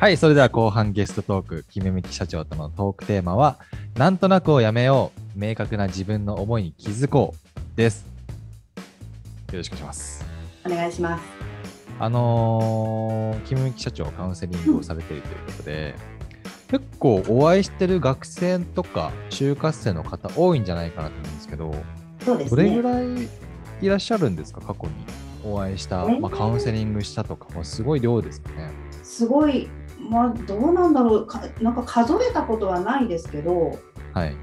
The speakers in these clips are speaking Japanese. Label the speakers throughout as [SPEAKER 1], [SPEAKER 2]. [SPEAKER 1] はい、それでは後半ゲストトーク、キムミキ社長とのトークテーマは、なんとなくをやめよう、明確な自分の思いに気づこうです。よろしくお願いします。
[SPEAKER 2] お願いします。
[SPEAKER 1] あのー、キムミキ社長、カウンセリングをされているということで、結構お会いしてる学生とか就活生の方多いんじゃないかなと思うんですけど、
[SPEAKER 2] そうです
[SPEAKER 1] どれぐ
[SPEAKER 2] ね。
[SPEAKER 1] らいいらっしゃるんですか、過去にお会いした、まあ、カウンセリングしたとか、まあすごい量ですかね。
[SPEAKER 2] すごい、まあ、どうなんだろうか、なんか数えたことはないですけど、
[SPEAKER 1] はい。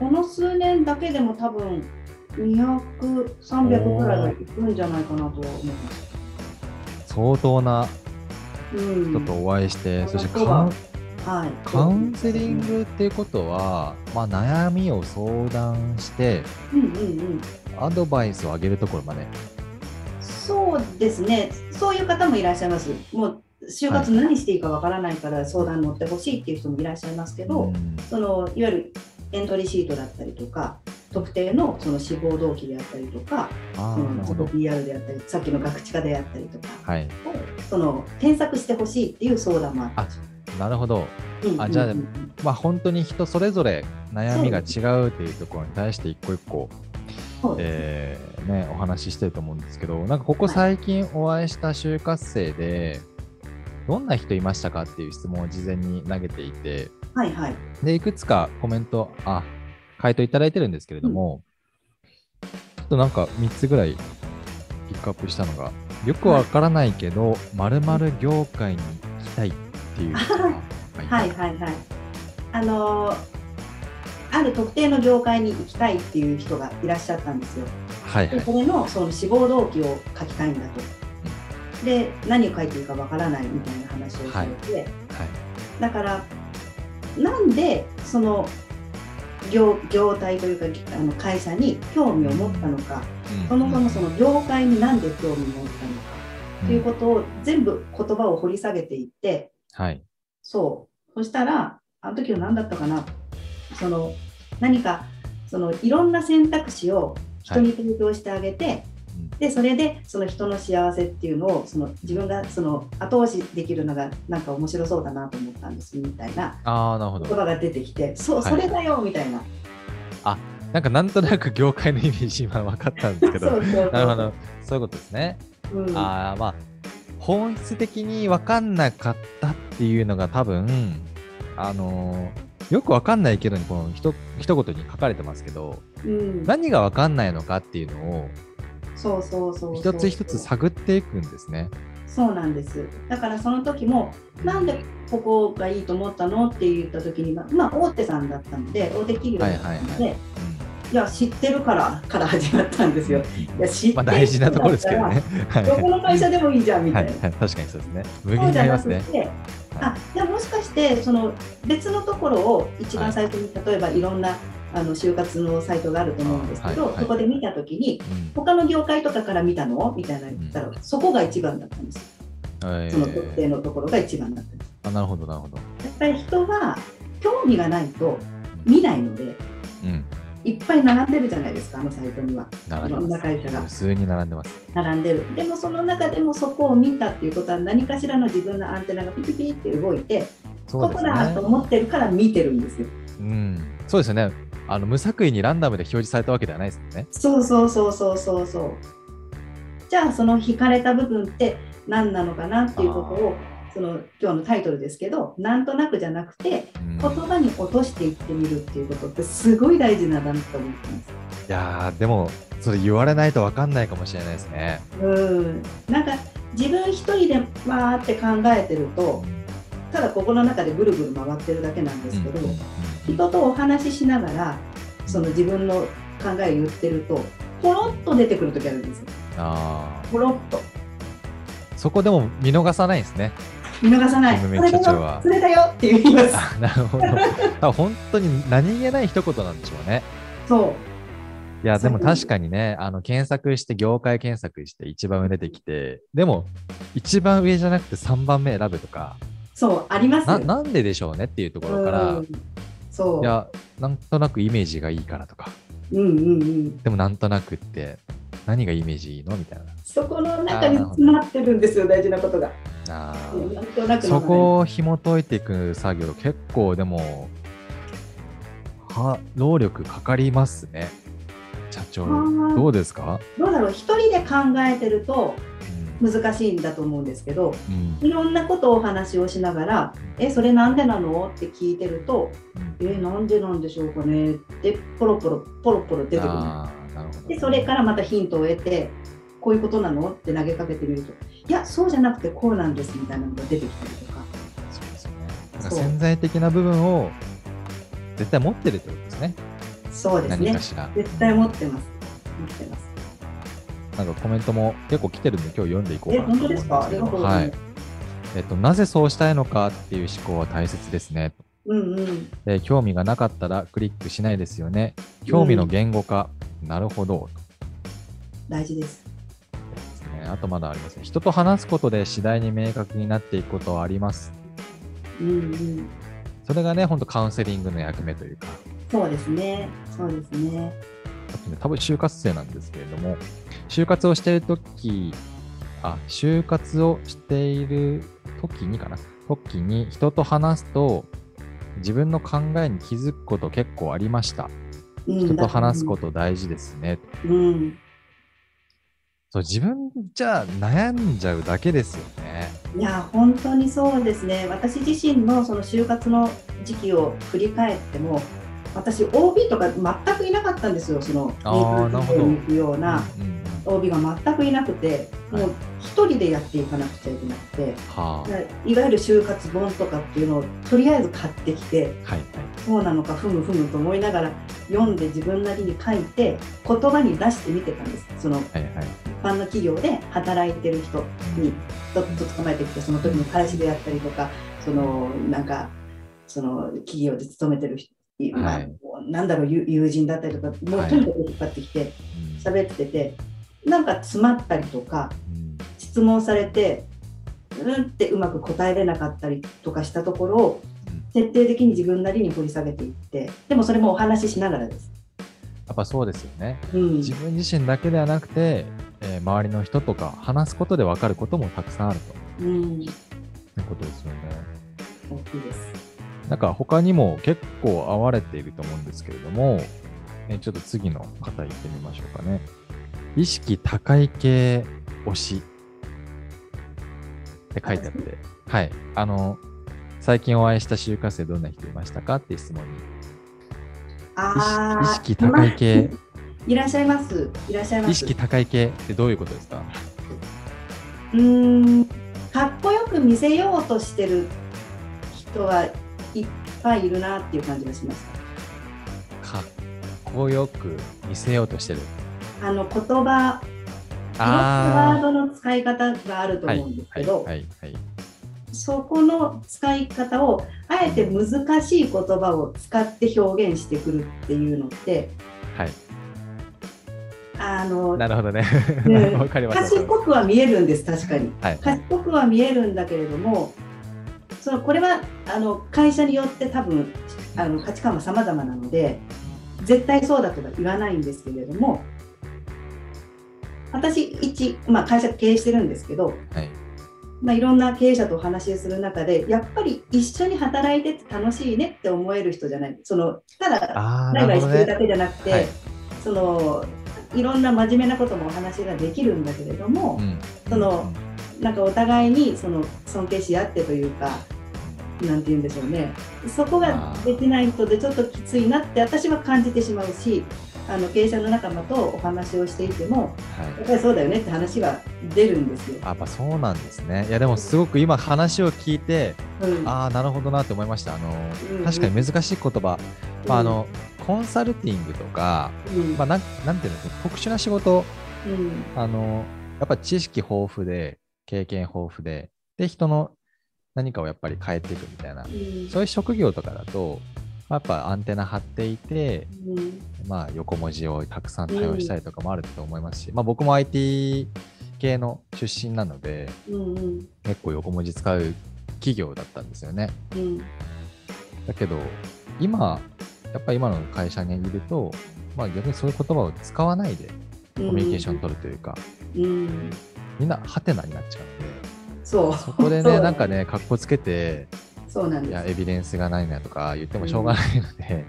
[SPEAKER 2] この数年だけでも多分200、300ぐらいはいくんじゃないかなとは思います。
[SPEAKER 1] 相当な
[SPEAKER 2] うん、
[SPEAKER 1] 人とお会いして、
[SPEAKER 2] うん
[SPEAKER 1] そして
[SPEAKER 2] そ
[SPEAKER 1] カ
[SPEAKER 2] うだ
[SPEAKER 1] ウン
[SPEAKER 2] はい、
[SPEAKER 1] カウンセリングっていうことは、まあ、悩みを相談して
[SPEAKER 2] うんうんうん、
[SPEAKER 1] アドバイスをあげるところまで
[SPEAKER 2] そうですね、そういう方もいらっしゃいます。もう就活何していいかわからないから相談乗ってほしいっていう人もいらっしゃいますけど、
[SPEAKER 1] うん
[SPEAKER 2] そのいわゆるエントリーシートだったりとか特定のその志望動機であったりとか
[SPEAKER 1] あ
[SPEAKER 2] そ
[SPEAKER 1] ーな
[SPEAKER 2] の
[SPEAKER 1] る
[SPEAKER 2] そ
[SPEAKER 1] ほ
[SPEAKER 2] の
[SPEAKER 1] ど
[SPEAKER 2] PR であったりさっきのガクチカであったりとか
[SPEAKER 1] はい
[SPEAKER 2] その添削してほしいっていう相談もあった
[SPEAKER 1] なるほど
[SPEAKER 2] りうん
[SPEAKER 1] あじゃあ
[SPEAKER 2] うんうん
[SPEAKER 1] まあ本当に人それぞれ悩みが違うっていうところに対して一個一個、
[SPEAKER 2] そうで
[SPEAKER 1] え
[SPEAKER 2] すね
[SPEAKER 1] ーね、お話ししてると思うんですけどなんかここ最近お会いした就活生でどんな人いましたかっていう質問を事前に投げていて、
[SPEAKER 2] はいはい
[SPEAKER 1] で、いくつかコメント、あ、回答いただいてるんですけれども、ちょっとなんか3つぐらいピックアップしたのが、よくわからないけど、まるまる業界に行きたいっていう人が
[SPEAKER 2] はいはいはいあのーある特定の業界に行きたいっていう人がいらっしゃったんですよ
[SPEAKER 1] はいは
[SPEAKER 2] で
[SPEAKER 1] い。
[SPEAKER 2] それのその志望動機を書きたいんだとで何を書いていいかわからないみたいな話をされて、
[SPEAKER 1] はい
[SPEAKER 2] だからなんでその業業態というかあの会社に興味を持ったのかそもそもその業界になんで興味を持ったのかということを全部言葉を掘り下げていって
[SPEAKER 1] と。はい。
[SPEAKER 2] そうそしたらあの時の何だったかなその何かそのいろんな選択肢を人に提供してあげて、
[SPEAKER 1] うん
[SPEAKER 2] でそれでその人の幸せっていうのをその自分がその後押しできるのがなんか面白そうだなと思ったんですみたいな
[SPEAKER 1] ああ、なるほ
[SPEAKER 2] 言
[SPEAKER 1] ど。
[SPEAKER 2] 葉が出てきて、そう、
[SPEAKER 1] はい
[SPEAKER 2] それだよみたいな。
[SPEAKER 1] なんかなんとなく業界のイメージ今分かったんですけど、
[SPEAKER 2] うそう
[SPEAKER 1] なるほど。そういうことですね。
[SPEAKER 2] うん、
[SPEAKER 1] ああまあ本質的に分かんなかったっていうのが多分あのーよく分かんないけどにこのひと一言に書かれてますけど
[SPEAKER 2] うん、
[SPEAKER 1] 何が分かんないのかっていうのを
[SPEAKER 2] そうそうそうそう。
[SPEAKER 1] 一つ一つ探っていくんですね。
[SPEAKER 2] そうなんです。だからその時も、なんでここがいいと思ったのって言った時に、ままあ大手さんだったので、大手企業だったので、
[SPEAKER 1] はい
[SPEAKER 2] いや知ってるからから始まったんですよ。いや知ってる
[SPEAKER 1] まあ大事なところですけどね。はい
[SPEAKER 2] どこの会社でもいいじゃんみ
[SPEAKER 1] は
[SPEAKER 2] た
[SPEAKER 1] い
[SPEAKER 2] いな。
[SPEAKER 1] はい、確かにそうですね。無
[SPEAKER 2] そ
[SPEAKER 1] 限
[SPEAKER 2] う
[SPEAKER 1] に
[SPEAKER 2] じ
[SPEAKER 1] あ
[SPEAKER 2] ゃ
[SPEAKER 1] り
[SPEAKER 2] な
[SPEAKER 1] ます
[SPEAKER 2] く
[SPEAKER 1] ね。
[SPEAKER 2] て、あじゃあもしかしてその別のところを一番最初に、例えばいろんなあの就活のサイトがあると思うんですけど、
[SPEAKER 1] はいはい
[SPEAKER 2] そこで見た時に
[SPEAKER 1] うん
[SPEAKER 2] 他の業界とかから見たのみたいなの言ったら、そこが一番だったんですよ
[SPEAKER 1] え
[SPEAKER 2] その特定
[SPEAKER 1] ー
[SPEAKER 2] のところが一番だったんです
[SPEAKER 1] あなるほどなるほど。
[SPEAKER 2] やっぱり人は興味がないと見ないので
[SPEAKER 1] うん。
[SPEAKER 2] いっぱい並んでるじゃないですかあのサイトには
[SPEAKER 1] 並
[SPEAKER 2] いろ
[SPEAKER 1] ん
[SPEAKER 2] ん
[SPEAKER 1] で
[SPEAKER 2] な
[SPEAKER 1] ま
[SPEAKER 2] 会社
[SPEAKER 1] す。
[SPEAKER 2] が
[SPEAKER 1] 普通に並んでます。
[SPEAKER 2] 並んでるでもその中でもそこを見たっていうことは何かしらの自分のアンテナがピピピって動いて、
[SPEAKER 1] そ
[SPEAKER 2] こ
[SPEAKER 1] うで
[SPEAKER 2] こ
[SPEAKER 1] すね。
[SPEAKER 2] だなと思ってるから見てるんですよ
[SPEAKER 1] うん、そうですよね。あの無作為にランダムで表示されたわけではないですもんね。
[SPEAKER 2] そうそうそうそうそうそうじゃあその惹かれた部分って何なのかなっていうことをその今日のタイトルですけどなんとなくじゃなくて
[SPEAKER 1] うん、い
[SPEAKER 2] 言葉に落としていってみるっていうことってすごい大事なんだなと思ってます。
[SPEAKER 1] やーでもそれ言われないと分かんないかもしれないですね。
[SPEAKER 2] うん、なんか自分一人でわーって考えてるとただここの中でぐるぐる回ってるだけなんですけど、人とお話ししながらその自分の考えを言ってるとポロッと出てくる時あるんですよ
[SPEAKER 1] あー
[SPEAKER 2] ポロッと
[SPEAKER 1] そこでも見逃さないんですね。
[SPEAKER 2] 見逃さない
[SPEAKER 1] キ
[SPEAKER 2] そ
[SPEAKER 1] ムメ
[SPEAKER 2] れ
[SPEAKER 1] イ
[SPEAKER 2] だ
[SPEAKER 1] 社長
[SPEAKER 2] よ
[SPEAKER 1] は
[SPEAKER 2] それだよって言います
[SPEAKER 1] あなる ほど。あ本当に何気ない一言なんでしょうね。
[SPEAKER 2] そう
[SPEAKER 1] いやでも
[SPEAKER 2] そうなんです
[SPEAKER 1] 確かにねあの検索して業界検索して一番上出てきてでも一番上じゃなくて3番目選ぶとか
[SPEAKER 2] そうあります
[SPEAKER 1] な
[SPEAKER 2] よ
[SPEAKER 1] なんででしょうねっていうところから、
[SPEAKER 2] うんそう
[SPEAKER 1] いやなんとなくイメージがいいからとか
[SPEAKER 2] うんうんうん
[SPEAKER 1] でもなんとなくって何がイメージいいのみたいな。
[SPEAKER 2] そこの中に詰まってるんですよ大事なことが
[SPEAKER 1] あ
[SPEAKER 2] う
[SPEAKER 1] ー
[SPEAKER 2] んなんとなく
[SPEAKER 1] そ
[SPEAKER 2] の
[SPEAKER 1] こを紐解いていく作業結構でもは労力かかりますね社長
[SPEAKER 2] ー
[SPEAKER 1] どうですか、
[SPEAKER 2] どうだろう一人で考えてると
[SPEAKER 1] うん
[SPEAKER 2] 難しいんだと思うんですけど
[SPEAKER 1] うん
[SPEAKER 2] いろんなことをお話をしながら「えそれなんでなの?」って聞いてると「えなんでなんでしょうかね」ってポロポロポロポロ出てくる
[SPEAKER 1] あーなるほど
[SPEAKER 2] でそれからまたヒントを得て「こういうことなの?」って投げかけてみると「いやそうじゃなくてこうなんです」みたいなのが出てきたりとか
[SPEAKER 1] そうですねだから
[SPEAKER 2] そう
[SPEAKER 1] 潜在的な部分を絶対持ってるということですね
[SPEAKER 2] そうです
[SPEAKER 1] 何
[SPEAKER 2] ね
[SPEAKER 1] かしら
[SPEAKER 2] 絶対持ってます持ってます
[SPEAKER 1] なんかコメントも結構来てるんで今日読んでいこう
[SPEAKER 2] え
[SPEAKER 1] かなと
[SPEAKER 2] 本
[SPEAKER 1] 思うん
[SPEAKER 2] 当で
[SPEAKER 1] ですす
[SPEAKER 2] かあ
[SPEAKER 1] け
[SPEAKER 2] り
[SPEAKER 1] ど
[SPEAKER 2] がとうご
[SPEAKER 1] は
[SPEAKER 2] ざい
[SPEAKER 1] い
[SPEAKER 2] ます、
[SPEAKER 1] えっと、なぜそうしたいのかっていう思考は大切ですね
[SPEAKER 2] うんうん
[SPEAKER 1] で興味がなかったらクリックしないですよね興味の言語化、なるほど
[SPEAKER 2] 大事です
[SPEAKER 1] ですねあとまだありますね。人と話すことで次第に明確になっていくことはあります。
[SPEAKER 2] うんうん
[SPEAKER 1] それがね、ほんとカウンセリングの役目というか、
[SPEAKER 2] そうですねそうですね
[SPEAKER 1] あとね多分就活生なんですけれども、就活をしているとき、あ、就活をしているときにかな、ときに人と話すと、自分の考えに気づくこと結構ありました。
[SPEAKER 2] うん
[SPEAKER 1] 人と話すこと大事ですね。
[SPEAKER 2] うん
[SPEAKER 1] そう自分じゃ悩んじゃうだけですよね。
[SPEAKER 2] いや本当にそうですね私自身のその就活の時期を振り返っても私 OB とか全くいなかったんですよその
[SPEAKER 1] あーなるほど
[SPEAKER 2] に行くような
[SPEAKER 1] うんうんうん
[SPEAKER 2] OB が全くいなくて
[SPEAKER 1] はい
[SPEAKER 2] もう一人でやっていかなくちゃいけなくて
[SPEAKER 1] はあ、はい
[SPEAKER 2] いわゆる就活本とかっていうのをとりあえず買ってきて
[SPEAKER 1] はい。
[SPEAKER 2] そうなのかふむふむと思いながら読んで自分なりに書いて言葉に出してみてたんですその一
[SPEAKER 1] はいはい。
[SPEAKER 2] 般の企業で働いてる人にちょっと捕まえてきてその時の会社でやったりとかそのなんかその企業で勤めてる人、まあ
[SPEAKER 1] はい
[SPEAKER 2] もうなんだろう友友人だったりとかも
[SPEAKER 1] は
[SPEAKER 2] う
[SPEAKER 1] い
[SPEAKER 2] とにかく引っ張ってきて
[SPEAKER 1] うん
[SPEAKER 2] 喋っててなんか詰まったりとか
[SPEAKER 1] うん
[SPEAKER 2] 質問されてうんってうまく答えれなかったりとかしたところを徹底的に自分なりに掘り下げていってでもそれもお話ししながらです。
[SPEAKER 1] やっぱそうですよね。
[SPEAKER 2] うん
[SPEAKER 1] 自分自身だけではなくて、えー周りの人とか話すことで分かることもたくさんある
[SPEAKER 2] うん、
[SPEAKER 1] ということですよね。
[SPEAKER 2] 大きいです。
[SPEAKER 1] なんか他にも結構会われていると思うんですけれども、えーちょっと次の方行ってみましょうかね。意識高い系推しって書いてあって、はい。あの、最近お会いした就活生どんな人いましたかっていう質問に、意
[SPEAKER 2] あ
[SPEAKER 1] 識
[SPEAKER 2] ー
[SPEAKER 1] 意識高い系、
[SPEAKER 2] いらっしゃいます。いらっしゃいます。
[SPEAKER 1] 意識高い系ってどういうことですか
[SPEAKER 2] うーんかっこよく見せようとしてる人はいっぱいいるなっていう感じがしまし
[SPEAKER 1] かっこよく見せようとしてる。
[SPEAKER 2] た。あの言葉、いろんなワー
[SPEAKER 1] あ
[SPEAKER 2] ドの使い方があると思うんです
[SPEAKER 1] は
[SPEAKER 2] け
[SPEAKER 1] い
[SPEAKER 2] ど、
[SPEAKER 1] はいはい。
[SPEAKER 2] そこの使い方をあえて難しい言葉を使って表現してくるっていうのって、
[SPEAKER 1] はい、
[SPEAKER 2] あの
[SPEAKER 1] なるほどね。
[SPEAKER 2] ね
[SPEAKER 1] わかりました。
[SPEAKER 2] 賢くは見えるんです確かに。
[SPEAKER 1] はいはい
[SPEAKER 2] 賢くは見えるんだけれどもそのこれはあの会社によって多分あの価値観は様々なので絶対そうだとは言わないんですけれども私一、まあ、会社経営してるんですけど、
[SPEAKER 1] はい
[SPEAKER 2] まあ、いろんな経営者とお話しする中でやっぱり一緒に働いてて楽しいねって思える人じゃないそのただ
[SPEAKER 1] ああ、
[SPEAKER 2] ライ
[SPEAKER 1] な
[SPEAKER 2] バ
[SPEAKER 1] る
[SPEAKER 2] イ
[SPEAKER 1] ほ
[SPEAKER 2] し
[SPEAKER 1] ど
[SPEAKER 2] てるだ
[SPEAKER 1] ね。
[SPEAKER 2] けじゃなくて、
[SPEAKER 1] はい
[SPEAKER 2] そのいろんな真面目なこともお話ができるんだけれども、
[SPEAKER 1] うん
[SPEAKER 2] そのなんかお互いにその尊敬し合ってというか、なんて言うんでしょうね、そこができない人でちょっときついなって私は感じてしまうし、あの経営者の仲間とお話をしていて
[SPEAKER 1] は
[SPEAKER 2] も、
[SPEAKER 1] い。
[SPEAKER 2] やっぱりそうだよねって話は出るんですよ。
[SPEAKER 1] あやっぱそうなんですね。いやでもすごく今話を聞いて、
[SPEAKER 2] うん
[SPEAKER 1] ああなるほどなって思いました。あの
[SPEAKER 2] うん
[SPEAKER 1] 確かに難しい言葉、まああのコンサルティングとか、
[SPEAKER 2] うん
[SPEAKER 1] まあなんなんていうの特殊な仕事
[SPEAKER 2] うん
[SPEAKER 1] あの、やっぱ知識豊富で、経験豊富で、で、人の何かをやっぱり変えていくみたいな、
[SPEAKER 2] うん
[SPEAKER 1] そういう職業とかだと、まあやっぱアンテナ張っていて、
[SPEAKER 2] うん
[SPEAKER 1] まあ、横文字をたくさん対応したりとかもあると思いますし、まあ、僕も IT 系の出身なので、
[SPEAKER 2] うんうん
[SPEAKER 1] 結構横文字使う企業だったんですよね。
[SPEAKER 2] うん
[SPEAKER 1] だけど、今、やっぱり今の会社にいると、まあ、逆にそういう言葉を使わないでコミュニケーション取るというか、
[SPEAKER 2] うん
[SPEAKER 1] みんなハテナになっちゃうんで、
[SPEAKER 2] そう
[SPEAKER 1] そこで
[SPEAKER 2] そう
[SPEAKER 1] ね、
[SPEAKER 2] だ
[SPEAKER 1] なんかね、かっこつけて、
[SPEAKER 2] そうなん
[SPEAKER 1] いや、
[SPEAKER 2] で
[SPEAKER 1] エビデンスがないなとか言ってもしょうがないので、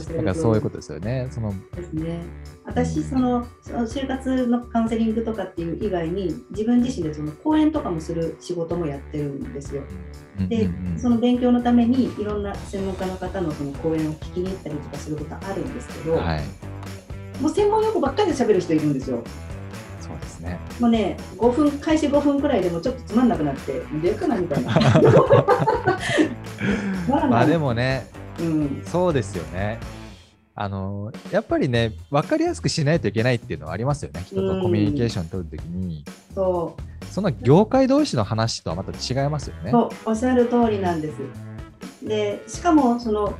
[SPEAKER 2] す
[SPEAKER 1] なんかそういうこととですよね。その、
[SPEAKER 2] ですね私そのその就活のカウンセリングとかっていう以外に自分自身でその講演とかもする仕事もやってるんですよ
[SPEAKER 1] うん
[SPEAKER 2] で
[SPEAKER 1] うんうん
[SPEAKER 2] その勉強のためにいろんな専門家の方のその講演を聞きに行ったりとかすることあるんですけど、
[SPEAKER 1] はい、
[SPEAKER 2] もう専門用語ばっかりで喋る人いるんですよ。
[SPEAKER 1] そうですね。
[SPEAKER 2] もうね、5分開始5分くらいでもちょっとつまんなくなって、でかなみ た いな。まあ
[SPEAKER 1] まあで
[SPEAKER 2] も、
[SPEAKER 1] もね、
[SPEAKER 2] うん、
[SPEAKER 1] そうですよね。あのやっぱりね分かりやすくしないといけないっていうのはありますよね人とコミュニケーション取るときに
[SPEAKER 2] そ
[SPEAKER 1] その業界同士の話とはまた違いますよ
[SPEAKER 2] う、
[SPEAKER 1] ね。
[SPEAKER 2] そうおっしゃる通りなんです。で、しかもその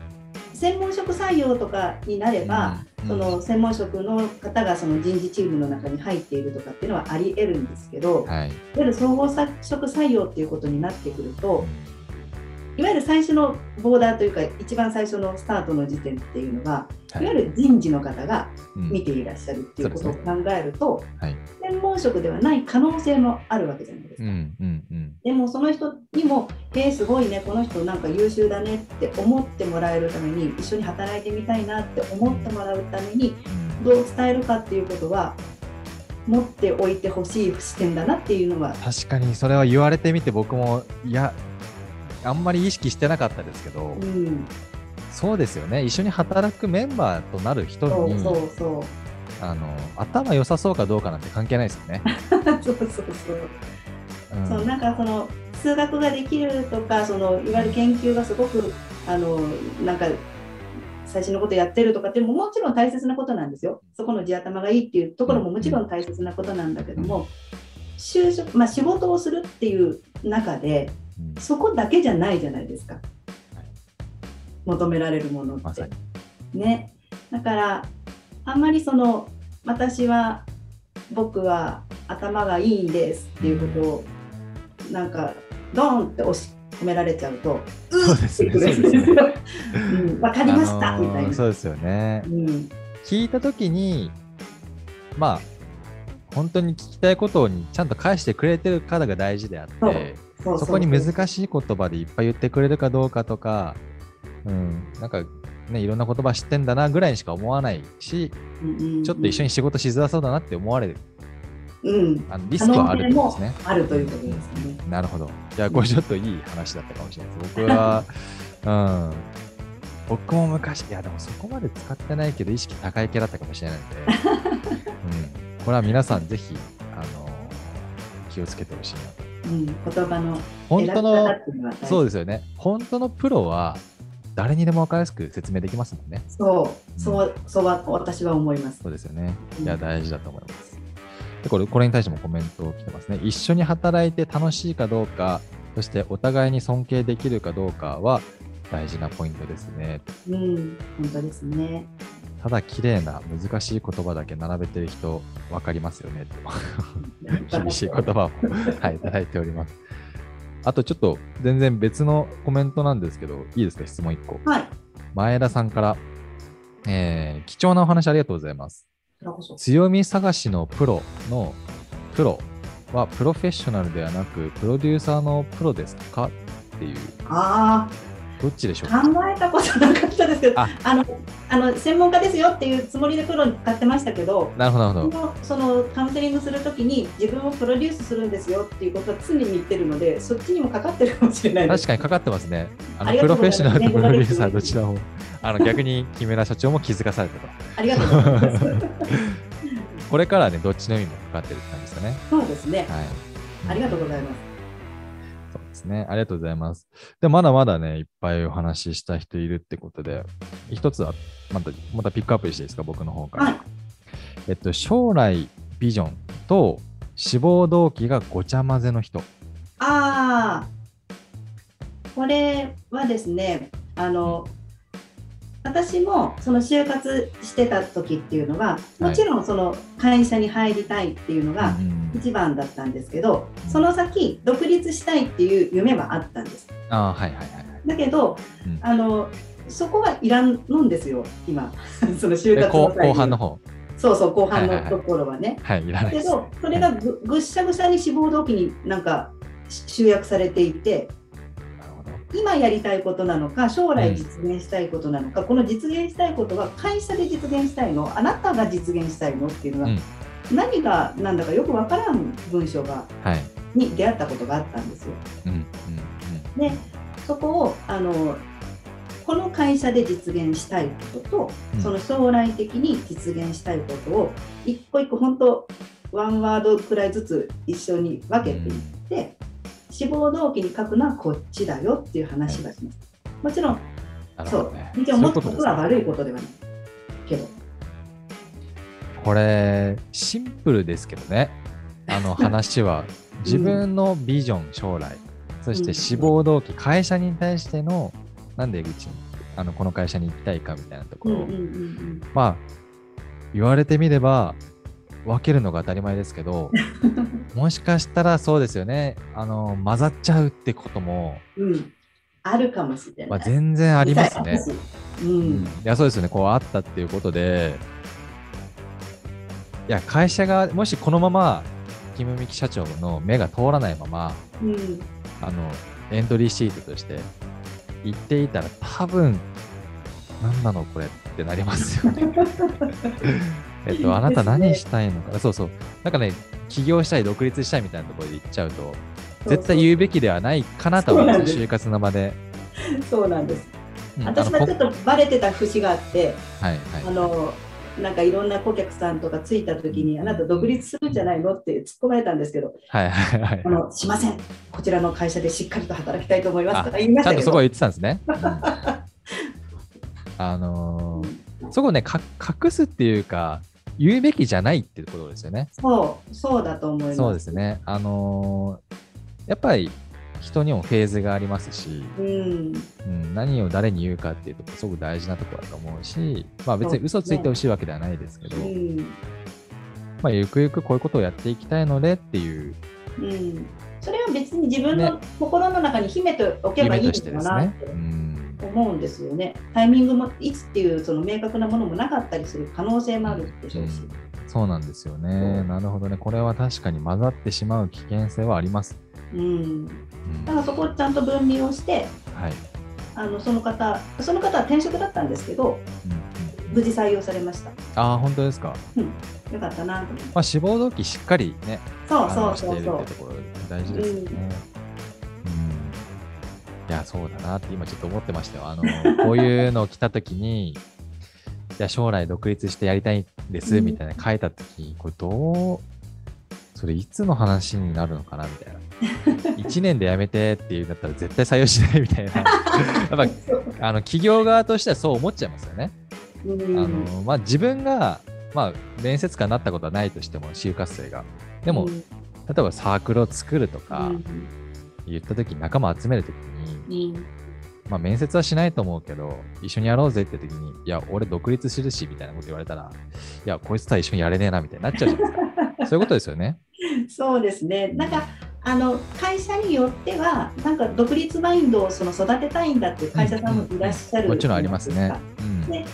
[SPEAKER 2] 専門職採用とかになれば、
[SPEAKER 1] うん
[SPEAKER 2] その専門職の方がその人事チームの中に入っているとかっていうのはあり得るんですけど、いわ
[SPEAKER 1] はい、
[SPEAKER 2] ゆる総合職採用っていうことになってくると、いわゆる最初のボーダーというか一番最初のスタートの時点っていうのが、
[SPEAKER 1] はい
[SPEAKER 2] い、わゆる人事の方が
[SPEAKER 1] うん
[SPEAKER 2] 見ていらっしゃるっていうことを考えると、
[SPEAKER 1] はい
[SPEAKER 2] 専門職ではない可能性もあるわけじゃないですか。
[SPEAKER 1] うんうんうん
[SPEAKER 2] でもその人にも「えー、すごいねこの人なんか優秀だね」って思ってもらえるために一緒に働いてみたいなって思ってもらうために
[SPEAKER 1] うん
[SPEAKER 2] どう伝えるかっていうことは持っておいてほしい視点だなっていうのは
[SPEAKER 1] 確かにそれは言われてみて僕もいやあんまり意識してなかったですけど、
[SPEAKER 2] うん
[SPEAKER 1] そうですよね一緒に働くメンバーとなる人
[SPEAKER 2] そ
[SPEAKER 1] に
[SPEAKER 2] うそう そう
[SPEAKER 1] あの頭良さそうかどうかなんて関係ないですよ ね。
[SPEAKER 2] そうそうそう。
[SPEAKER 1] うん
[SPEAKER 2] そうなんかその数学ができるとかそのいわゆる研究がすごくあのなんか最新のことやってるとかってももちろん大切なことなんですよそこの地頭がいいっていうところももちろん大切なことなんだけども就職、まあ、仕事をするっていう中で
[SPEAKER 1] うん
[SPEAKER 2] そこだけじゃないじゃないですか求められるものって。
[SPEAKER 1] まさに
[SPEAKER 2] ね、だからあんまりその私は僕は頭がいいんですっていうことをなんかドーンって押し込められちゃうと
[SPEAKER 1] そうですね。そうですね
[SPEAKER 2] うん、わかりました、
[SPEAKER 1] あのー
[SPEAKER 2] みたいな。
[SPEAKER 1] そうですよね
[SPEAKER 2] う。ん、
[SPEAKER 1] 聞いたときに、まあ、本当に聞きたいことにちゃんと返してくれてる方が大事であって、
[SPEAKER 2] そう
[SPEAKER 1] そ
[SPEAKER 2] そう
[SPEAKER 1] こに
[SPEAKER 2] そう
[SPEAKER 1] 難しい言葉でいっぱい言ってくれるかどうかとか、うん、なんか、ね、いろんな言葉知ってんだなぐらいにしか思わないし、
[SPEAKER 2] うんうんうん
[SPEAKER 1] ちょっと一緒に仕事しづらそうだなって思われる、
[SPEAKER 2] うん
[SPEAKER 1] あのリスクはあるってことですね。
[SPEAKER 2] あるということですね。
[SPEAKER 1] なるほど。いや、これちょっといい話だったかもしれないです。僕は、うん。僕も昔、いや、でもそこまで使ってないけど、意識高い系だったかもしれないので、うん。これは皆さん、ぜひ、あの気をつけてほしいなと。
[SPEAKER 2] うん、言葉の
[SPEAKER 1] 本当の、そう
[SPEAKER 2] う
[SPEAKER 1] ですよね。本当のプロは、誰にでも分かりやすく説明できますもんね。
[SPEAKER 2] そうそうそうは私は思います。
[SPEAKER 1] そうですよね。いや、大事だと思います。でこれこれに対してもコメント来てますね。一緒に働いて楽しいかどうか、そしてお互いに尊敬できるかどうかは大事なポイントですね。
[SPEAKER 2] うん、本当ですね。
[SPEAKER 1] ただ、綺麗な難しい言葉だけ並べてる人、分かりますよね。と厳しい言葉を、はい、いただいております。あと、ちょっと全然別のコメントなんですけど、いいですか、質問1個。
[SPEAKER 2] はい。
[SPEAKER 1] 前田さんから、えー貴重なお話ありがとうございます。
[SPEAKER 2] こちらこそ
[SPEAKER 1] 強み探しのプロのプロはプロフェッショナルではなくプロデューサーのプロですかっていう
[SPEAKER 2] あ
[SPEAKER 1] どっちでしょ
[SPEAKER 2] あ、
[SPEAKER 1] うか
[SPEAKER 2] 考えたことなかったですけど、
[SPEAKER 1] あ
[SPEAKER 2] あの、あの専門家ですよっていうつもりでプロに使ってましたけど。
[SPEAKER 1] なるほどな
[SPEAKER 2] そ
[SPEAKER 1] るほど
[SPEAKER 2] のそのカウンセリングするときに自分をプロデュースするんですよっていうことは常に言ってるのでそっちにもかかってるかもしれないです
[SPEAKER 1] 確かにかかってますねあ
[SPEAKER 2] あ
[SPEAKER 1] の
[SPEAKER 2] り
[SPEAKER 1] プロ
[SPEAKER 2] がとう
[SPEAKER 1] フェ
[SPEAKER 2] ご
[SPEAKER 1] ッシ
[SPEAKER 2] ざ
[SPEAKER 1] ョ
[SPEAKER 2] い
[SPEAKER 1] ナルと
[SPEAKER 2] ます
[SPEAKER 1] プロデューサーどちらもあの逆に木村社長も気づかされたと
[SPEAKER 2] ありがとうございます
[SPEAKER 1] これからはねどっちの意味もかかってるって感じですかね
[SPEAKER 2] そうですね
[SPEAKER 1] はい
[SPEAKER 2] ありがとうござい
[SPEAKER 1] ます
[SPEAKER 2] ます
[SPEAKER 1] そうですねありがとうございますでまだまだねいっぱいお話しした人いるってことで一つはまたまたピックアップしていいですか僕の方から
[SPEAKER 2] はい
[SPEAKER 1] えっと、将来ビジョンと志望動機がごちゃ混ぜの人。
[SPEAKER 2] ああこれはですねあの私もその就活してた時っていうのはもちろんその会社に入りたいっていうのが
[SPEAKER 1] うん
[SPEAKER 2] 一番だったんですけどその先独立したいっていう夢はあったんです
[SPEAKER 1] ああ、はいはいはいはい。
[SPEAKER 2] だけど、
[SPEAKER 1] うん
[SPEAKER 2] あのそこはいらんのんですよ今 その就
[SPEAKER 1] で
[SPEAKER 2] 活
[SPEAKER 1] 後
[SPEAKER 2] の際に
[SPEAKER 1] 後半の方。
[SPEAKER 2] そうそう後半
[SPEAKER 1] はいはい
[SPEAKER 2] の
[SPEAKER 1] は
[SPEAKER 2] と
[SPEAKER 1] い
[SPEAKER 2] ころはね、
[SPEAKER 1] はい、いらないで
[SPEAKER 2] け
[SPEAKER 1] す。
[SPEAKER 2] どそれがぐぐっしゃぐしゃに志望動機になんか集約されていて
[SPEAKER 1] なるほど。
[SPEAKER 2] 今やりたいことなのか将来実現したいことなのか、この実現したいことが会社で実現したいのあなたが実現したいのっていうのは、
[SPEAKER 1] うん
[SPEAKER 2] 何が何だかよくわからん文章が
[SPEAKER 1] はい。
[SPEAKER 2] に出会ったことがあったんですよ。
[SPEAKER 1] うんうんうん。
[SPEAKER 2] でそこをあのこの会社で実現したいことと、
[SPEAKER 1] うん
[SPEAKER 2] その将来的に実現したいことを一個一個本当ワンワードくらいずつ一緒に分けていって、志望動機に書くのはこっちだよっていう話がします。もちろん
[SPEAKER 1] なるほ
[SPEAKER 2] そ
[SPEAKER 1] ど
[SPEAKER 2] う
[SPEAKER 1] ね。、
[SPEAKER 2] 見て思ったこ
[SPEAKER 1] そういう
[SPEAKER 2] とは悪い
[SPEAKER 1] と
[SPEAKER 2] ことではないけど、
[SPEAKER 1] ですね。これ、シンプルですけどね。あの話 は、自分のビジョン、将来、そして志望動機、会社に対しての、なんでうちに、あのこの会社に行きたいかみたいなところを、
[SPEAKER 2] ん
[SPEAKER 1] まあ、言われてみれば、分けるのが当たり前ですけ ど、もしかしたらそうですよね。あの、混ざっちゃうってことも、
[SPEAKER 2] うんうん、うん、あるかもしれ
[SPEAKER 1] ま
[SPEAKER 2] な
[SPEAKER 1] あ、
[SPEAKER 2] い。
[SPEAKER 1] 全然ありますね。
[SPEAKER 2] う
[SPEAKER 1] うんんい、やそうですよね、こうあったっていうことで、いや、会社がもしこのまま、キムミキ社長の目が通らないまま、
[SPEAKER 2] うん、
[SPEAKER 1] あのエントリーシートとして行っていたら、多分何なのこれってなります よね。えっと、あなた何したいのか、そうそう、なんかね、起業したい、独立したいみたいなところで行っちゃうと、絶対言うべきではないかなとは思うんです
[SPEAKER 2] そうなんです
[SPEAKER 1] 就活の場で。
[SPEAKER 2] そうそうなんです。
[SPEAKER 1] うんあの
[SPEAKER 2] 私はちょっとバレてた節があって、
[SPEAKER 1] こはいはい
[SPEAKER 2] あのなんかいろんな顧客さんとかついた時に、あなた独立するんじゃないのって突っ込まれたんですけど、
[SPEAKER 1] はいはい はい
[SPEAKER 2] あのしません、こちらの会社でしっかりと働きたいと思いますとか言いま
[SPEAKER 1] ち
[SPEAKER 2] し
[SPEAKER 1] ゃ
[SPEAKER 2] た
[SPEAKER 1] ん
[SPEAKER 2] け
[SPEAKER 1] とそこ
[SPEAKER 2] ど、
[SPEAKER 1] は言ってたんですね。 うんあのーそこをねか隠すっていうか言うべきじゃないっていうことですよね。
[SPEAKER 2] そうそうだと思います。
[SPEAKER 1] そうですね。あのーやっぱり人にもフェーズがありますし、
[SPEAKER 2] うん、
[SPEAKER 1] うん、何を誰に言うかっていうとこすごく大事なところだと思うし、まあ、別に嘘ついてほしいわけではないですけど、
[SPEAKER 2] うん
[SPEAKER 1] まあ、ゆくゆくこういうことをやっていきたいのでっていう
[SPEAKER 2] うん、それは別に自分の心の中に秘めておけば
[SPEAKER 1] 夢
[SPEAKER 2] い
[SPEAKER 1] と
[SPEAKER 2] いの
[SPEAKER 1] して
[SPEAKER 2] か
[SPEAKER 1] です
[SPEAKER 2] なっ
[SPEAKER 1] ね。
[SPEAKER 2] て
[SPEAKER 1] うん
[SPEAKER 2] 思うんですよね。タイミングもいつっていうその明確なものもなかったりする可能性もあるでしょうし。
[SPEAKER 1] そうなんですよ
[SPEAKER 2] そ
[SPEAKER 1] ね。
[SPEAKER 2] う
[SPEAKER 1] なるほどね。これは確かに混ざってしまう危険性はあります。
[SPEAKER 2] うん、
[SPEAKER 1] うん
[SPEAKER 2] だからそこをちゃんと分離をして
[SPEAKER 1] はい。
[SPEAKER 2] あのその方その方は転職だったんですけど
[SPEAKER 1] うん
[SPEAKER 2] 無事採用されました。
[SPEAKER 1] ああ、本当ですか。
[SPEAKER 2] よかったなと思って。
[SPEAKER 1] まあ、志望動機しっかりね、
[SPEAKER 2] そう
[SPEAKER 1] あ
[SPEAKER 2] そ
[SPEAKER 1] の
[SPEAKER 2] う
[SPEAKER 1] してい
[SPEAKER 2] そ
[SPEAKER 1] る
[SPEAKER 2] う
[SPEAKER 1] って
[SPEAKER 2] そ
[SPEAKER 1] いうところ、大事ですよね。うんいや、そうだなって今ちょっと思ってましたよ。あの、こういうのを来た時に、い や、将来独立してやりたいんです、
[SPEAKER 2] うん
[SPEAKER 1] みたいな書いた時これどう、それいつの話になるのかな、みたいな。1年で 辞めてっていうんだったら絶対採用しないみたいな。 やっぱ、
[SPEAKER 2] う。
[SPEAKER 1] あの、企業側としてはそう思っちゃいますよね。
[SPEAKER 2] うん
[SPEAKER 1] あのまあ、自分が、まあ、面接官になったことはないとしても就活生がでも、
[SPEAKER 2] う
[SPEAKER 1] 例
[SPEAKER 2] ん
[SPEAKER 1] えばサークルを作るとか
[SPEAKER 2] うん
[SPEAKER 1] 言った時に仲間集める時に、
[SPEAKER 2] うん
[SPEAKER 1] まあ、面接はしないと思うけど一緒にやろうぜって時にいや俺独立するしみたいなこと言われたらいやこいつとは一緒にやれねえなみたいになっちゃうじゃないです かそういうことですよね。
[SPEAKER 2] そうですね。なんかあの会社によってはなんか独立マインドをその育てたいんだっていう会社さんもいらっしゃる
[SPEAKER 1] もちろんありますね。うん、
[SPEAKER 2] で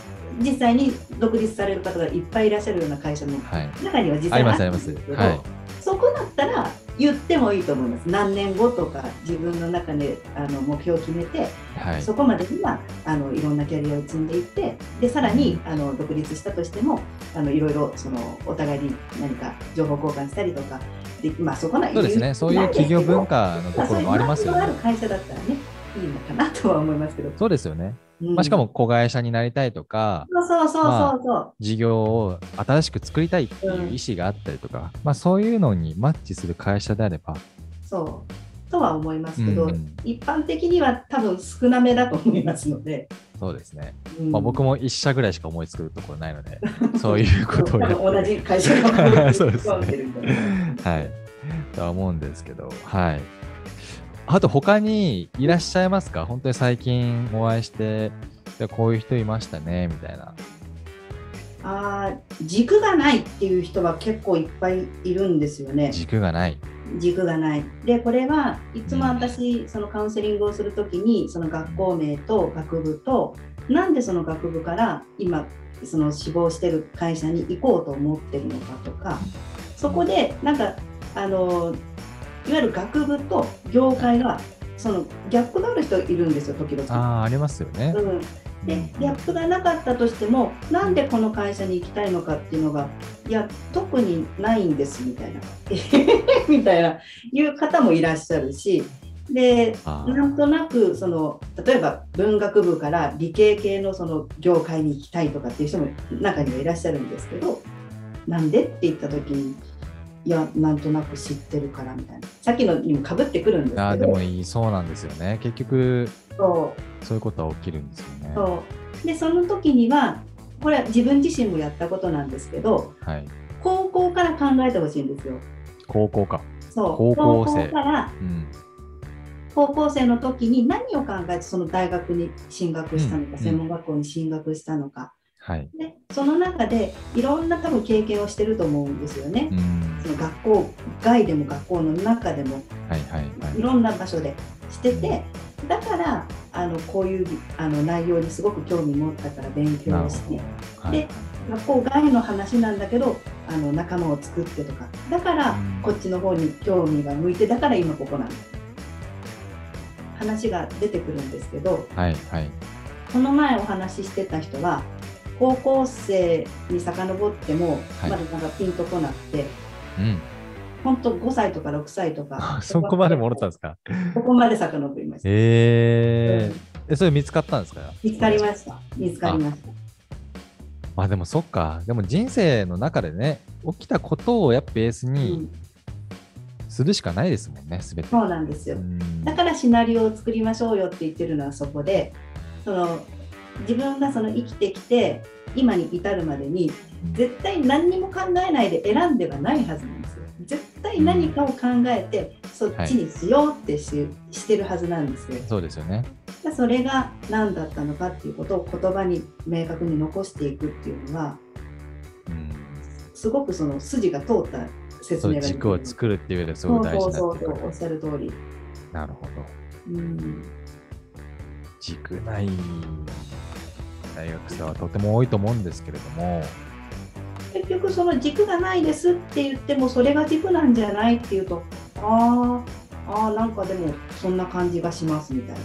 [SPEAKER 2] 実際に独立される方がいっぱいいらっしゃるような会社も
[SPEAKER 1] はい
[SPEAKER 2] 中には実
[SPEAKER 1] あ
[SPEAKER 2] 際
[SPEAKER 1] りますあ
[SPEAKER 2] る
[SPEAKER 1] り
[SPEAKER 2] ん
[SPEAKER 1] ま
[SPEAKER 2] ですけど
[SPEAKER 1] はい
[SPEAKER 2] そこだったら言ってもいいと思います何年後とか自分の中であの目標を決めて、
[SPEAKER 1] はい
[SPEAKER 2] そこまでにはあのいろんなキャリアを積んでいってでさらにあの独立したとしてもあのいろいろそのお互いに何か情報交換したりとかで、まあ、そこな
[SPEAKER 1] そうですねそういう企業文化のと
[SPEAKER 2] まあ
[SPEAKER 1] こ
[SPEAKER 2] そ
[SPEAKER 1] ろ
[SPEAKER 2] ういう
[SPEAKER 1] もありますよ
[SPEAKER 2] マインドのある
[SPEAKER 1] ね。
[SPEAKER 2] 会社だったらねいいのかなとは思いますけど、
[SPEAKER 1] そうですよね。
[SPEAKER 2] うん
[SPEAKER 1] まあ、しかも子会社になりたいとか、
[SPEAKER 2] そうそうそうそうそう、
[SPEAKER 1] 事業を新しく作りたいっていう意思があったりとか、まあ、そういうのにマッチする会社であれば、
[SPEAKER 2] そうとは思いますけど、
[SPEAKER 1] うん
[SPEAKER 2] 一般的には多分少なめだと思いますので、
[SPEAKER 1] そうですね、
[SPEAKER 2] うん
[SPEAKER 1] まあ、僕も1社ぐらいしか思いつくところないの でそういうことをやっ
[SPEAKER 2] 同じ会社 が
[SPEAKER 1] そうですね
[SPEAKER 2] 関わってるみたいな
[SPEAKER 1] はい、とは思うんですけど、はい、あと他にいらっしゃいますか本当に最近お会いしていやこういう人いましたねみたいな。
[SPEAKER 2] あー軸がないっていう人は結構いっぱいいるんですよね
[SPEAKER 1] 軸がない。
[SPEAKER 2] 軸がないでこれはいつも私そのカウンセリングをするときにその学校名と学部となんでその学部から今その志望してる会社に行こうと思ってるのかとかそこでなんかあのいわゆる学部と業界がそのギャップがある人いるんですよ時
[SPEAKER 1] あ
[SPEAKER 2] 々。
[SPEAKER 1] あ、ありますよね。
[SPEAKER 2] うん、でギャップがなかったとしてもなんでこの会社に行きたいのかっていうのがいや特にないんですみたいな みたいないう方もいらっしゃるしで
[SPEAKER 1] あー
[SPEAKER 2] なんとなくその例えば文学部から理系系のその業界に行きたいとかっていう人も中にはいらっしゃるんですけどなんでって言った時にいやなんとなく知ってるからみたいなさっきのにもかぶってくるんですけど
[SPEAKER 1] あーでもいい、そうなんですよね。結局、
[SPEAKER 2] そう
[SPEAKER 1] そういうことは起きるんですよね。
[SPEAKER 2] そうでその時にはこれは自分自身もやったことなんですけど
[SPEAKER 1] はい。
[SPEAKER 2] 高校から考えてほしいんですよ。
[SPEAKER 1] 高校か。
[SPEAKER 2] そう
[SPEAKER 1] 高校生
[SPEAKER 2] から
[SPEAKER 1] うん。
[SPEAKER 2] 高校生の時に何を考えてその大学に進学したのか、
[SPEAKER 1] うん
[SPEAKER 2] 専門学校に進学したのか、
[SPEAKER 1] はい。
[SPEAKER 2] でその中でいろんな多分経験をしてると思うんですよね
[SPEAKER 1] う。ん。
[SPEAKER 2] その学校外でも学校の中でも
[SPEAKER 1] はいはい
[SPEAKER 2] い
[SPEAKER 1] は
[SPEAKER 2] ろんな場所でしててだからあのこういうあの内容にすごく興味持ったから勉
[SPEAKER 1] い。な
[SPEAKER 2] 強
[SPEAKER 1] る
[SPEAKER 2] をして
[SPEAKER 1] ほど。はい
[SPEAKER 2] で。学校外の話なんだけどあの仲間を作ってとかだから
[SPEAKER 1] うん
[SPEAKER 2] こっちの方に興味が向いてだから今ここなんだ話が出てくるんですけど
[SPEAKER 1] はいはい。
[SPEAKER 2] この前お話ししてた人は高校生に遡っても
[SPEAKER 1] は
[SPEAKER 2] ま
[SPEAKER 1] い
[SPEAKER 2] だなんかピンとこなくて、
[SPEAKER 1] うん。
[SPEAKER 2] 本当5歳とか6歳とか
[SPEAKER 1] そこまで戻ったんですか。
[SPEAKER 2] ここまで遡りました
[SPEAKER 1] えー、え、それ見つかったんですか
[SPEAKER 2] 見つかりました見つかりました
[SPEAKER 1] まあでもそっか、でも人生の中でね、起きたことをやっぱベース
[SPEAKER 2] う
[SPEAKER 1] に
[SPEAKER 2] ん
[SPEAKER 1] するしかないですもんね、すべて。
[SPEAKER 2] そうなんですよ
[SPEAKER 1] うん
[SPEAKER 2] だからシナリオを作りましょうよって言ってるのはそこでその自分がその生きてきて今に至るまでに絶対何にも考えないで選んではないはずなんですよ。絶対何かを考えてそっちにしようってし,、してるはずなんですよ。
[SPEAKER 1] そうですよね。
[SPEAKER 2] でそれが何だったのかっていうことを言葉に明確に残していくっていうのは
[SPEAKER 1] うん、
[SPEAKER 2] すごくその筋が通った説
[SPEAKER 1] そう
[SPEAKER 2] 明
[SPEAKER 1] い
[SPEAKER 2] が
[SPEAKER 1] う
[SPEAKER 2] でき
[SPEAKER 1] 軸を作るっていう上ではすご
[SPEAKER 2] そ
[SPEAKER 1] いう大
[SPEAKER 2] そ
[SPEAKER 1] 事
[SPEAKER 2] う
[SPEAKER 1] だ
[SPEAKER 2] そ
[SPEAKER 1] っていううこと
[SPEAKER 2] そうおっしゃる通り。
[SPEAKER 1] なるほど。
[SPEAKER 2] うん
[SPEAKER 1] 軸ない大学生はとても多いと思うんですけれども、
[SPEAKER 2] 結局その軸がないですって言ってもそれが軸なんじゃないっていうとあーあーなんかでもそんな感じがしますみたいな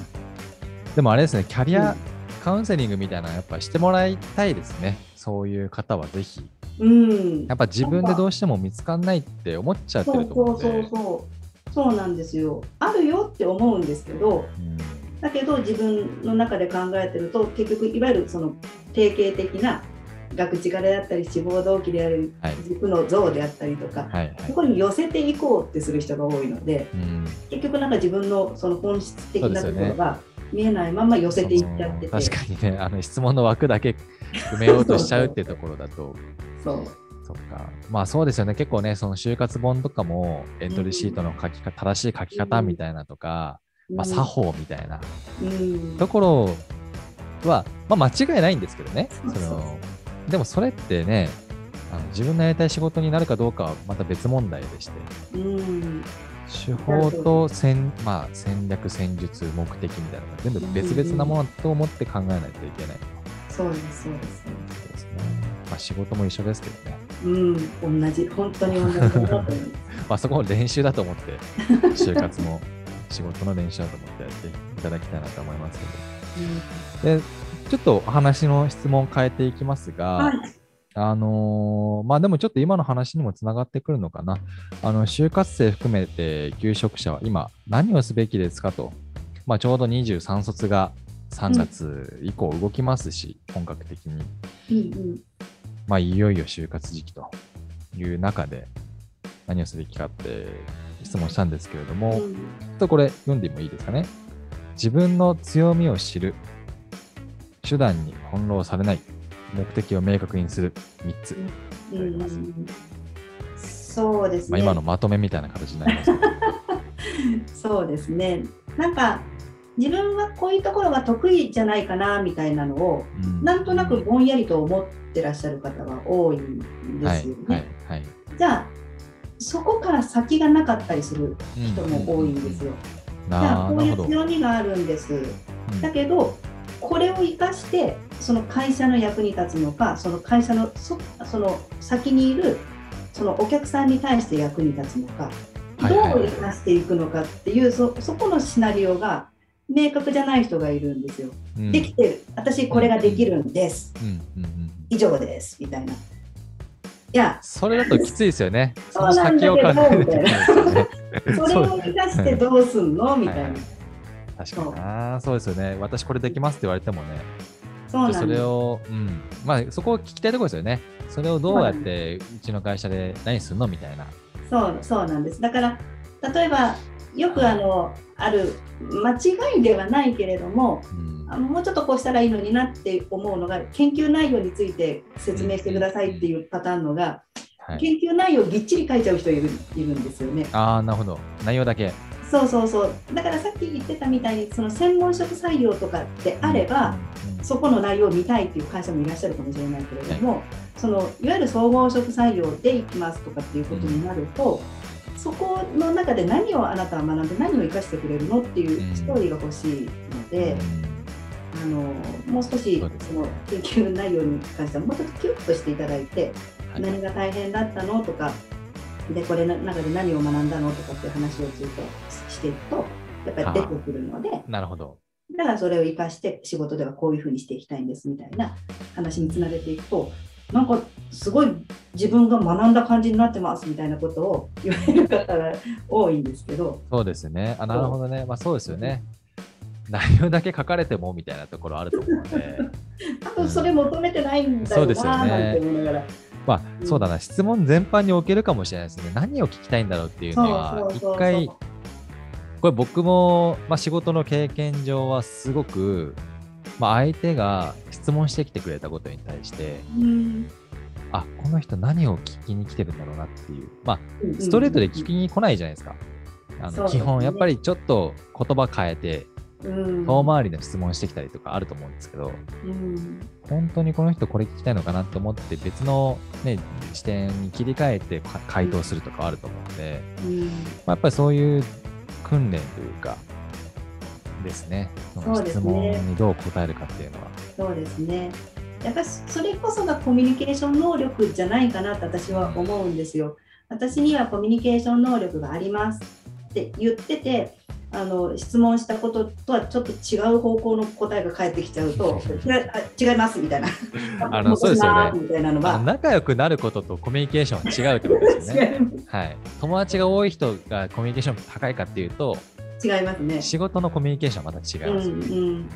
[SPEAKER 1] でもあれですね、キャリ
[SPEAKER 2] う
[SPEAKER 1] ア
[SPEAKER 2] ん
[SPEAKER 1] カウンセリングみたいなのやっぱしてもらいたいですね。そういう方はぜひ。
[SPEAKER 2] うん
[SPEAKER 1] やっぱ自分でどうしても見つかんないって思っちゃって
[SPEAKER 2] そ
[SPEAKER 1] る
[SPEAKER 2] う
[SPEAKER 1] と
[SPEAKER 2] そ
[SPEAKER 1] 思う
[SPEAKER 2] うん
[SPEAKER 1] で。
[SPEAKER 2] そうそうそうなんですよあるよって思うんですけど
[SPEAKER 1] うん
[SPEAKER 2] だけど自分の中で考えてると結局いわゆるその定型的な学力であったり志望動機である
[SPEAKER 1] はい
[SPEAKER 2] 軸の像であったりとか、
[SPEAKER 1] はいは
[SPEAKER 2] そ
[SPEAKER 1] い。
[SPEAKER 2] こに寄せていこうってする人が多いので、
[SPEAKER 1] うん
[SPEAKER 2] 結局なんか自分のその本質的な
[SPEAKER 1] そ
[SPEAKER 2] と
[SPEAKER 1] うです
[SPEAKER 2] こ
[SPEAKER 1] よね
[SPEAKER 2] ろが見えないまま寄せていっちゃってて、
[SPEAKER 1] その確かにねあの質問の枠だけ埋めようとしちゃうっていうところだ と
[SPEAKER 2] そう
[SPEAKER 1] そっかまあそうですよね結構ねその就活本とかもエントリーシートの書き方正しい書き方みたいなとか、まあ、作法みたいな
[SPEAKER 2] うん
[SPEAKER 1] ところは、まあ、間違いないんですけどね
[SPEAKER 2] そう
[SPEAKER 1] そ
[SPEAKER 2] そうそう
[SPEAKER 1] のでもそれってねあの自分のやりたい仕事になるかどうかはまた別問題でして
[SPEAKER 2] うん
[SPEAKER 1] 手法と戦,、まあ、戦略戦術目的みたいなのが全部別々なものと思って考えないといけない。
[SPEAKER 2] そうですそうです
[SPEAKER 1] そうですね。まあ仕事も一緒ですけどね。
[SPEAKER 2] うん同じ本当に同じだと思 い
[SPEAKER 1] まあそこも練習だと思って、就活も仕事の練習だと思ってやっていただきたいなと思いますけど。で、ちょっとお話の質問変えていきますが、
[SPEAKER 2] ます、はい
[SPEAKER 1] あのーまあでもちょっと今の話にもつながってくるのかな。あの、就活生含めて求職者は今何をすべきですかと。まあちょうど23卒が3月以降動きますし、本格的に。
[SPEAKER 2] うん
[SPEAKER 1] まあ、いよいよ就活時期という中で何をすべきかって質問したんですけれど
[SPEAKER 2] う
[SPEAKER 1] も、
[SPEAKER 2] ん
[SPEAKER 1] ちょっとこれ読んでもいいですかね。自分の強みを知る、手段に翻弄されない、目的を明確にする、3つ。
[SPEAKER 2] うんうんそうです
[SPEAKER 1] まあ、
[SPEAKER 2] ね、
[SPEAKER 1] 今のまとめみたいな形になりますけど。
[SPEAKER 2] そうですねなんか自分はこういうところが得意じゃないかなみたいなのを
[SPEAKER 1] う
[SPEAKER 2] なんとなくぼんやりと思ってらっしゃる方が多いんで
[SPEAKER 1] は
[SPEAKER 2] す
[SPEAKER 1] い
[SPEAKER 2] よね。
[SPEAKER 1] はいはい。
[SPEAKER 2] じゃあそこから先がなかったりする人も多いんです
[SPEAKER 1] う
[SPEAKER 2] よ。
[SPEAKER 1] ん。
[SPEAKER 2] じゃ
[SPEAKER 1] な
[SPEAKER 2] あ
[SPEAKER 1] あ
[SPEAKER 2] こ
[SPEAKER 1] な
[SPEAKER 2] う
[SPEAKER 1] るほ
[SPEAKER 2] いう
[SPEAKER 1] ど。
[SPEAKER 2] 強みがあるんです。
[SPEAKER 1] うん
[SPEAKER 2] だけどこれを活かしてその会社の役に立つのかその会社のそその先にいるそのお客さんに対して役に立つのか
[SPEAKER 1] はいはいはい
[SPEAKER 2] どう生かしていくのかっていうそそこのシナリオが明確じゃない人がいるんですよ。
[SPEAKER 1] うん
[SPEAKER 2] できてる私これができるんです
[SPEAKER 1] うんうんうん
[SPEAKER 2] 以上ですみたいな。いや
[SPEAKER 1] それだときついですよね。そ
[SPEAKER 2] そう
[SPEAKER 1] の
[SPEAKER 2] なん
[SPEAKER 1] 先
[SPEAKER 2] だけ
[SPEAKER 1] を
[SPEAKER 2] ど
[SPEAKER 1] 考えるときないですよね。
[SPEAKER 2] それを生かしてどうすんのみたい
[SPEAKER 1] はい
[SPEAKER 2] な
[SPEAKER 1] は。確かにな。そうですよね。私これできますって言われてもね。
[SPEAKER 2] そうな
[SPEAKER 1] そ
[SPEAKER 2] んで
[SPEAKER 1] れ
[SPEAKER 2] す。
[SPEAKER 1] を、うん。まあ、そこを聞きたいところですよね。それをどうやって、うちの会社で何するのみたいな。
[SPEAKER 2] そうそうなんですだから例えばよくあのある間違いではないけれども
[SPEAKER 1] うん
[SPEAKER 2] あのもうちょっとこうしたらいいのになって思うのが研究内容について説明してくださいっていうパターンのが
[SPEAKER 1] はい、
[SPEAKER 2] 研究内容ぎっちり書いちゃう人いるいるんですよね。
[SPEAKER 1] ああ、なるほど。内容だけ。
[SPEAKER 2] そうそうそうだからさっき言ってたみたいにその専門職採用とかであれば、
[SPEAKER 1] うん、うん
[SPEAKER 2] そこの内容を見たいっていう会社もいらっしゃるかもしれないけれども、そのいわゆる総合職採用で行きますとかっていうことになると、そこの中で何をあなたは学んで何を生かしてくれるのっていうストーリーが欲しいので、あのもう少し
[SPEAKER 1] そうです
[SPEAKER 2] その研究内容に関してはもうちょっとキュッとしていただいて、
[SPEAKER 1] はい
[SPEAKER 2] 何が大変だったのとかでこれの中で何を学んだのとかっていう話をずっとしていくとやっぱり出てくるので。
[SPEAKER 1] なるほど。
[SPEAKER 2] だからそれを生かして仕事ではこういうふうにしていきたいんですみたいな話につなげていくとなんかすごい自分が学んだ感じになってますみたいなことを言われる方が多いんですけど
[SPEAKER 1] そうですね。あ、なるほどね。まあ、そうですよね。内容だけ書かれてもみたいなところあると思うの で。
[SPEAKER 2] あとそれ求めてないんだ
[SPEAKER 1] そう
[SPEAKER 2] よ
[SPEAKER 1] ですよ
[SPEAKER 2] な
[SPEAKER 1] ね
[SPEAKER 2] なんて思いながら
[SPEAKER 1] まあ、
[SPEAKER 2] うん
[SPEAKER 1] そうだな、質問全般におけるかもしれないですね。何を聞きたいんだろうっていうのは、
[SPEAKER 2] そうそうそう
[SPEAKER 1] 一回、これ僕も、まあ、仕事の経験上はすごく、まあ、相手が質問してきてくれたことに対して、
[SPEAKER 2] うん
[SPEAKER 1] あ、この人何を聞きに来てるんだろうなっていう。まあ、ストレートで聞きに来ないじゃないですか。あ
[SPEAKER 2] そう
[SPEAKER 1] の
[SPEAKER 2] です
[SPEAKER 1] 基
[SPEAKER 2] ね
[SPEAKER 1] 本、やっぱりちょっと言葉変えて、
[SPEAKER 2] うん
[SPEAKER 1] 遠回りの質問してきたりとかあると思うんですけど、
[SPEAKER 2] うん
[SPEAKER 1] 本当にこの人これ聞きたいのかなと思って別の、ね、視点に切り替えてか回答するとかあると思うので、
[SPEAKER 2] うん
[SPEAKER 1] まあ、やっぱりそういう訓練というかですねその
[SPEAKER 2] そうで
[SPEAKER 1] 質
[SPEAKER 2] すね
[SPEAKER 1] 問にどう答えるかっていうのは
[SPEAKER 2] そうですねやっぱそれこそがコミュニケーション能力じゃないかなって私は思うんですよ。私にはコミュニケーション能力がありますって言っててあの質問したこととはちょっと違う方向の答えが返ってきちゃうといやあ違いますみたいな
[SPEAKER 1] あのそうですよね
[SPEAKER 2] 戻しますみたいなの
[SPEAKER 1] あ
[SPEAKER 2] は
[SPEAKER 1] の仲良くなることとコミュニケーションは違うってことですよ
[SPEAKER 2] 違
[SPEAKER 1] ね。
[SPEAKER 2] います
[SPEAKER 1] はい、友達が多い人がコミュニケーション高いかっていうと
[SPEAKER 2] 違いますね。
[SPEAKER 1] 仕事のコミュニケーションはまた違いますよね、
[SPEAKER 2] うんうん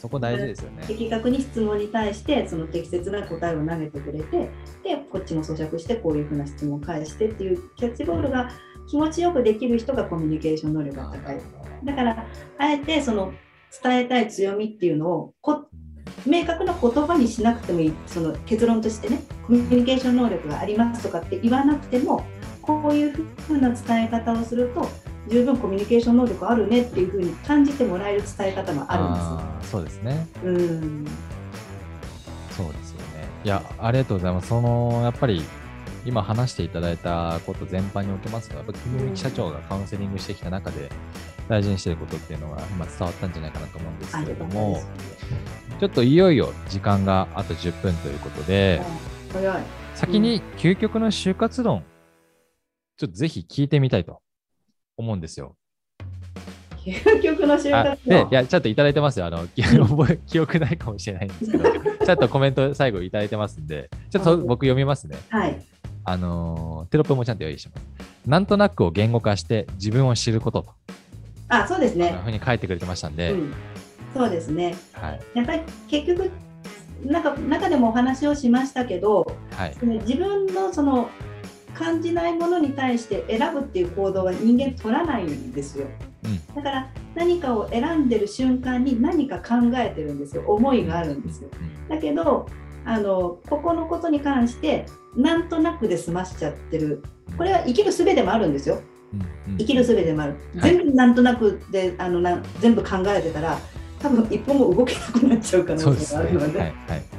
[SPEAKER 1] そこ大事ですよね。
[SPEAKER 2] 的確に質問に対してその適切な答えを投げてくれてでこっちも咀嚼してこういうふうな質問を返してっていうキャッチボールが気持ちよくできる人がコミュニケーション能力が高いだからあえてその伝えたい強みっていうのをこ明確な言葉にしなくてもいいその結論としてねコミュニケーション能力がありますとかって言わなくてもこういうふうな伝え方をすると十分コミュニケーション能力あるねっていうふうに感じてもらえる伝え方もあるんですよ。
[SPEAKER 1] あーそうですね。
[SPEAKER 2] うん
[SPEAKER 1] そうですよね。いや、ありがとうございます。その、やっぱり、今話していただいたこと全般におけますと、やっぱ、金木社長がカウンセリングしてきた中で、大事にしていることっていうのが今伝わったんじゃないかなと思うんです
[SPEAKER 2] あ
[SPEAKER 1] け
[SPEAKER 2] り
[SPEAKER 1] れ
[SPEAKER 2] がと
[SPEAKER 1] ど
[SPEAKER 2] うご
[SPEAKER 1] も
[SPEAKER 2] ざい、ます
[SPEAKER 1] ちょっといよいよ時間があと10分ということで、
[SPEAKER 2] 早い。
[SPEAKER 1] 先に究極の就活論、ちょっとぜひ聞いてみたいと思うんですよ。
[SPEAKER 2] 究極の就
[SPEAKER 1] あ
[SPEAKER 2] 活
[SPEAKER 1] で
[SPEAKER 2] の、
[SPEAKER 1] いや、ちょっといただいてますよ。あの、 記憶記憶ないかもしれないんですけど、ちょっとコメント最後いただいてますんで、ちょっと僕読みますね。
[SPEAKER 2] はい。
[SPEAKER 1] あのーテロップもちゃんと用意してます。なんとなくを言語化して自分を知ることと、
[SPEAKER 2] あ、そうです
[SPEAKER 1] こん
[SPEAKER 2] ね
[SPEAKER 1] な。ふうに書いてくれてましたん
[SPEAKER 2] う
[SPEAKER 1] で、
[SPEAKER 2] ん。そうですね。
[SPEAKER 1] はい、
[SPEAKER 2] やっぱり結局なんか中でもお話をしましたけど、
[SPEAKER 1] はい、
[SPEAKER 2] その自分のその感じないものに対して選ぶっていう行動は人間取らないんですよ。
[SPEAKER 1] うん
[SPEAKER 2] だから何かを選んでる瞬間に何か考えてるんですよ。思いがあるんですよ。
[SPEAKER 1] うん
[SPEAKER 2] だけどあのここのことに関してなんとなくで済ましちゃってる。これは生きる術でもあるんですよ。
[SPEAKER 1] うんうん
[SPEAKER 2] 生きる術でもある、
[SPEAKER 1] はい
[SPEAKER 2] 全部なんとなくであのな全部考えてたら多分一歩も動けなくなっちゃう可
[SPEAKER 1] そう
[SPEAKER 2] 能
[SPEAKER 1] で
[SPEAKER 2] 性
[SPEAKER 1] す
[SPEAKER 2] があ
[SPEAKER 1] ね。は
[SPEAKER 2] る
[SPEAKER 1] い、
[SPEAKER 2] の
[SPEAKER 1] は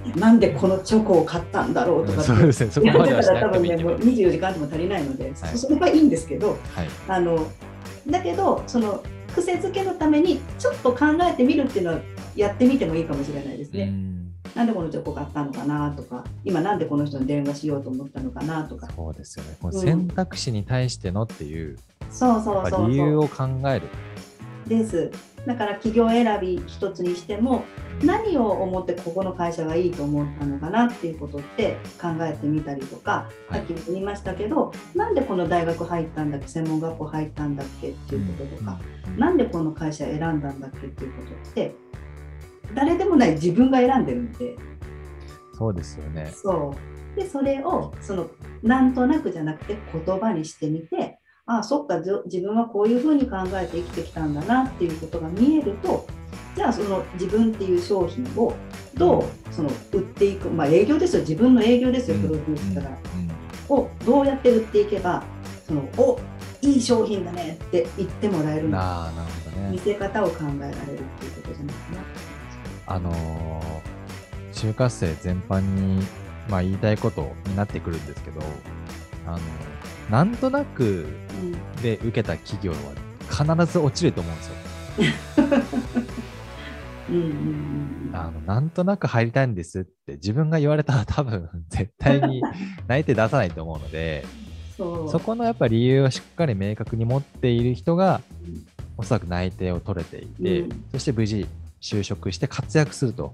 [SPEAKER 2] で、
[SPEAKER 1] い、
[SPEAKER 2] なんでこのチョコを買ったんだろうと
[SPEAKER 1] う
[SPEAKER 2] か
[SPEAKER 1] ん
[SPEAKER 2] っ
[SPEAKER 1] そう
[SPEAKER 2] て
[SPEAKER 1] ですね。そこ
[SPEAKER 2] や
[SPEAKER 1] ま
[SPEAKER 2] っ
[SPEAKER 1] で
[SPEAKER 2] て
[SPEAKER 1] はしたな
[SPEAKER 2] ら
[SPEAKER 1] く
[SPEAKER 2] 多
[SPEAKER 1] てもい
[SPEAKER 2] 分
[SPEAKER 1] い
[SPEAKER 2] ね
[SPEAKER 1] けど、
[SPEAKER 2] もう
[SPEAKER 1] は
[SPEAKER 2] 24時間あっても足りないので、
[SPEAKER 1] はい
[SPEAKER 2] それはいいんですけど
[SPEAKER 1] い、
[SPEAKER 2] あのだけどその癖づけのためにちょっと考えてみるっていうのはやってみてもいいかもしれないです
[SPEAKER 1] う
[SPEAKER 2] ね。
[SPEAKER 1] ん
[SPEAKER 2] なんでこの人こう買ったのかなとか今なんでこの人に電話しようと思ったのかなとか
[SPEAKER 1] そうですよね。この選択肢に対してのっていう、
[SPEAKER 2] そう
[SPEAKER 1] や
[SPEAKER 2] そ
[SPEAKER 1] っ
[SPEAKER 2] う
[SPEAKER 1] ぱ
[SPEAKER 2] そう
[SPEAKER 1] 理由
[SPEAKER 2] そ
[SPEAKER 1] を考える。
[SPEAKER 2] うですだから企業選び一つにしても何を思ってここの会社がいいと思ったのかなっていうことって考えてみたりとか
[SPEAKER 1] は
[SPEAKER 2] さ
[SPEAKER 1] い
[SPEAKER 2] っきも言いましたけど、なんでこの大学入ったんだっけ専門学校入ったんだっけっていうこととか、
[SPEAKER 1] うん
[SPEAKER 2] なんでこの会社選んだんだっけっていうことって誰でもない自分が選んでるんで
[SPEAKER 1] そうですよね。
[SPEAKER 2] そうでそれをそのなんとなくじゃなくて言葉にしてみてああそっかじょ自分はこういうふうに考えて生きてきたんだなっていうことが見えるとじゃあその自分っていう商品をどうその売っていく、まあ、営業ですよ自分の営業ですよ
[SPEAKER 1] うん
[SPEAKER 2] プロデュースだから、
[SPEAKER 1] うん
[SPEAKER 2] をどうやって売っていけばそのおいい商品だねって言ってもらえるの
[SPEAKER 1] なあなるほど
[SPEAKER 2] 見
[SPEAKER 1] ね。
[SPEAKER 2] せ方を考えられるっていうことじゃないかな。
[SPEAKER 1] あのー就活生全般に、まあ、言いたいことになってくるんですけど、あのなんとなく
[SPEAKER 2] うん
[SPEAKER 1] で受けた企業は必ず落ちると思うんですよ。
[SPEAKER 2] うんうんうん
[SPEAKER 1] あのなんとなく入りたいんですって自分が言われたら 多分絶対に泣いて出さないと思うので
[SPEAKER 2] そう
[SPEAKER 1] そこのやっぱ理由をしっかり明確に持っている人が
[SPEAKER 2] うん
[SPEAKER 1] おそらく内定を取れていて、
[SPEAKER 2] うん
[SPEAKER 1] そして無事就職して活躍すると、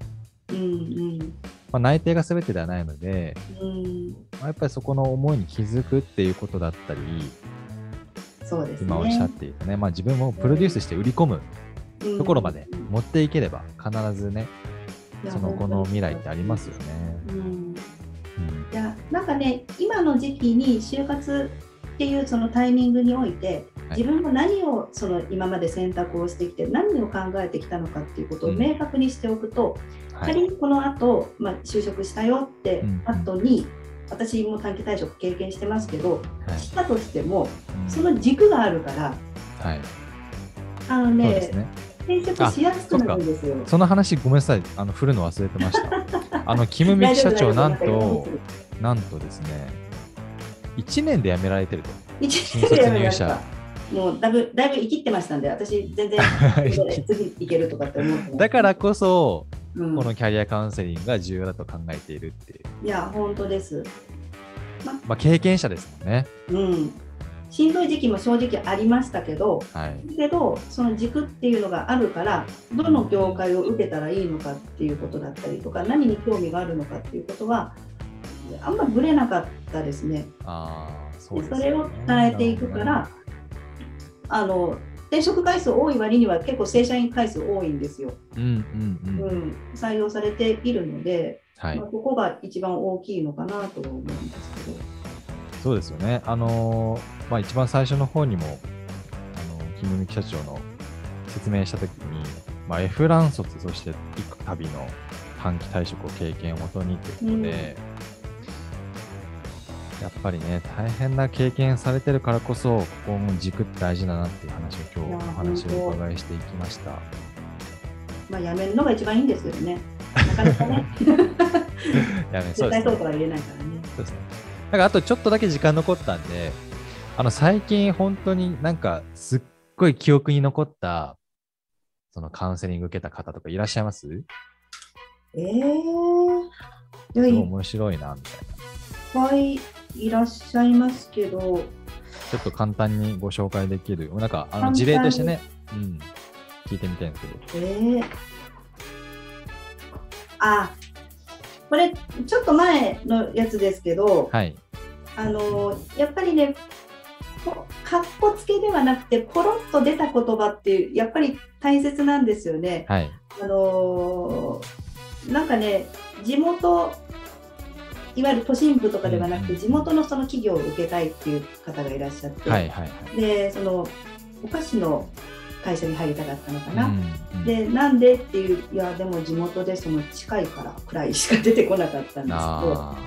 [SPEAKER 2] うん
[SPEAKER 1] まあ、内定が全てではないので、
[SPEAKER 2] うんうん
[SPEAKER 1] まあやっぱりそこの思いに気づくっていうことだったり
[SPEAKER 2] そうですね。
[SPEAKER 1] 今おっしゃっていたね、まあ、自分をプロデュースして売り込むところまで
[SPEAKER 2] うん
[SPEAKER 1] 持っていければ必ずね
[SPEAKER 2] いや
[SPEAKER 1] その後の未来ってありますよね。
[SPEAKER 2] うん
[SPEAKER 1] うん
[SPEAKER 2] いやなんかね今の時期に就活っていうそのタイミングにおいて
[SPEAKER 1] はい
[SPEAKER 2] 自分が何をその今まで選択をしてきて何を考えてきたのかっていうことを明確にしておくと、
[SPEAKER 1] はい
[SPEAKER 2] 仮にこの後、まあ就職したよって
[SPEAKER 1] うん
[SPEAKER 2] 後に、私も短期退職経験してますけど
[SPEAKER 1] はい
[SPEAKER 2] したとしても
[SPEAKER 1] うん
[SPEAKER 2] その軸があるから
[SPEAKER 1] はい
[SPEAKER 2] あの
[SPEAKER 1] そうです
[SPEAKER 2] ね
[SPEAKER 1] ね。
[SPEAKER 2] 転職しやすくなるんですよ。
[SPEAKER 1] その話ごめんなさい、あの振るの忘れてま した。あのキムミキ社長なんとなんとですね、1年で辞められてると。
[SPEAKER 2] 一
[SPEAKER 1] 新
[SPEAKER 2] 年
[SPEAKER 1] 卒
[SPEAKER 2] でやめ
[SPEAKER 1] 入
[SPEAKER 2] ました
[SPEAKER 1] 社。。
[SPEAKER 2] もうだいぶだいぶ生きってましたんで、私 全然次いけるとかって思ってました
[SPEAKER 1] だから、こそ
[SPEAKER 2] うん
[SPEAKER 1] このキャリアカウンセリングが重要だと考えているっていう、
[SPEAKER 2] いや本当です。
[SPEAKER 1] まあ、経験者ですもんね。
[SPEAKER 2] うん。しんどい時期も正直ありましたけど、
[SPEAKER 1] はい。
[SPEAKER 2] けどその軸っていうのがあるからどの業界を受けたらいいのかっていうことだったりとか何に興味があるのかっていうことはあんまぶれなかったですね。
[SPEAKER 1] ああ、そう
[SPEAKER 2] で
[SPEAKER 1] です
[SPEAKER 2] そ
[SPEAKER 1] よね、
[SPEAKER 2] れを伝えていくからあの転職回数多い割には結構正社員回数多いんですよ、
[SPEAKER 1] うんう
[SPEAKER 2] うん
[SPEAKER 1] うん。
[SPEAKER 2] ん、採用されているので、
[SPEAKER 1] はい
[SPEAKER 2] まあ、。ここが一番大きいのかなとは思うんですけど。
[SPEAKER 1] そうですよね。あのーまあ、一番最初の方にも、あのー、キムミキ社長の説明したときに、まあ、F ラン卒、そして行く旅の短期退職を経験をもとにということで、やっぱりね、大変な経験されてるからこそ、ここも軸って大事だなっていう話を今日
[SPEAKER 2] いや
[SPEAKER 1] お話をお伺いしていきました。
[SPEAKER 2] まあ、やめるのが一番いいんですけどね。なかなか ね、
[SPEAKER 1] やめそう
[SPEAKER 2] 絶
[SPEAKER 1] で
[SPEAKER 2] 対
[SPEAKER 1] す
[SPEAKER 2] そう
[SPEAKER 1] ね
[SPEAKER 2] と。は言えないからね。
[SPEAKER 1] そうですね。なんかあとちょっとだけ時間残ったんで、あの最近本当になんかすっごい記憶に残った、そのカウンセリング受けた方とかいらっしゃいます
[SPEAKER 2] えー、
[SPEAKER 1] す
[SPEAKER 2] でも
[SPEAKER 1] ごい
[SPEAKER 2] いっ
[SPEAKER 1] 面白いな、みたいな。
[SPEAKER 2] ぱいいらっしゃいますけど、
[SPEAKER 1] ちょっと簡単にご紹介できる。なんかあ
[SPEAKER 2] 簡単
[SPEAKER 1] の
[SPEAKER 2] に
[SPEAKER 1] 事例としてね、うん、聞いてみたいんですけど。
[SPEAKER 2] えー、あこれちょっと前のやつですけど、
[SPEAKER 1] はい。
[SPEAKER 2] あのやっぱりねこかっこつけではなくてポロッと出た言葉っていうやっぱり大切なんですよね。
[SPEAKER 1] はい。
[SPEAKER 2] あのなんかね地元いわゆる都心部とかではなく
[SPEAKER 1] うん
[SPEAKER 2] て地元のその企業を受けたいっていう方がいらっしゃって、
[SPEAKER 1] はい。はい。
[SPEAKER 2] でそのお菓子の会社に入りたかったのかな。
[SPEAKER 1] うん
[SPEAKER 2] でなんでっていういやでも地元でその近いからくらいしか出てこなか
[SPEAKER 1] う
[SPEAKER 2] ったん
[SPEAKER 1] ん
[SPEAKER 2] ですけど
[SPEAKER 1] あ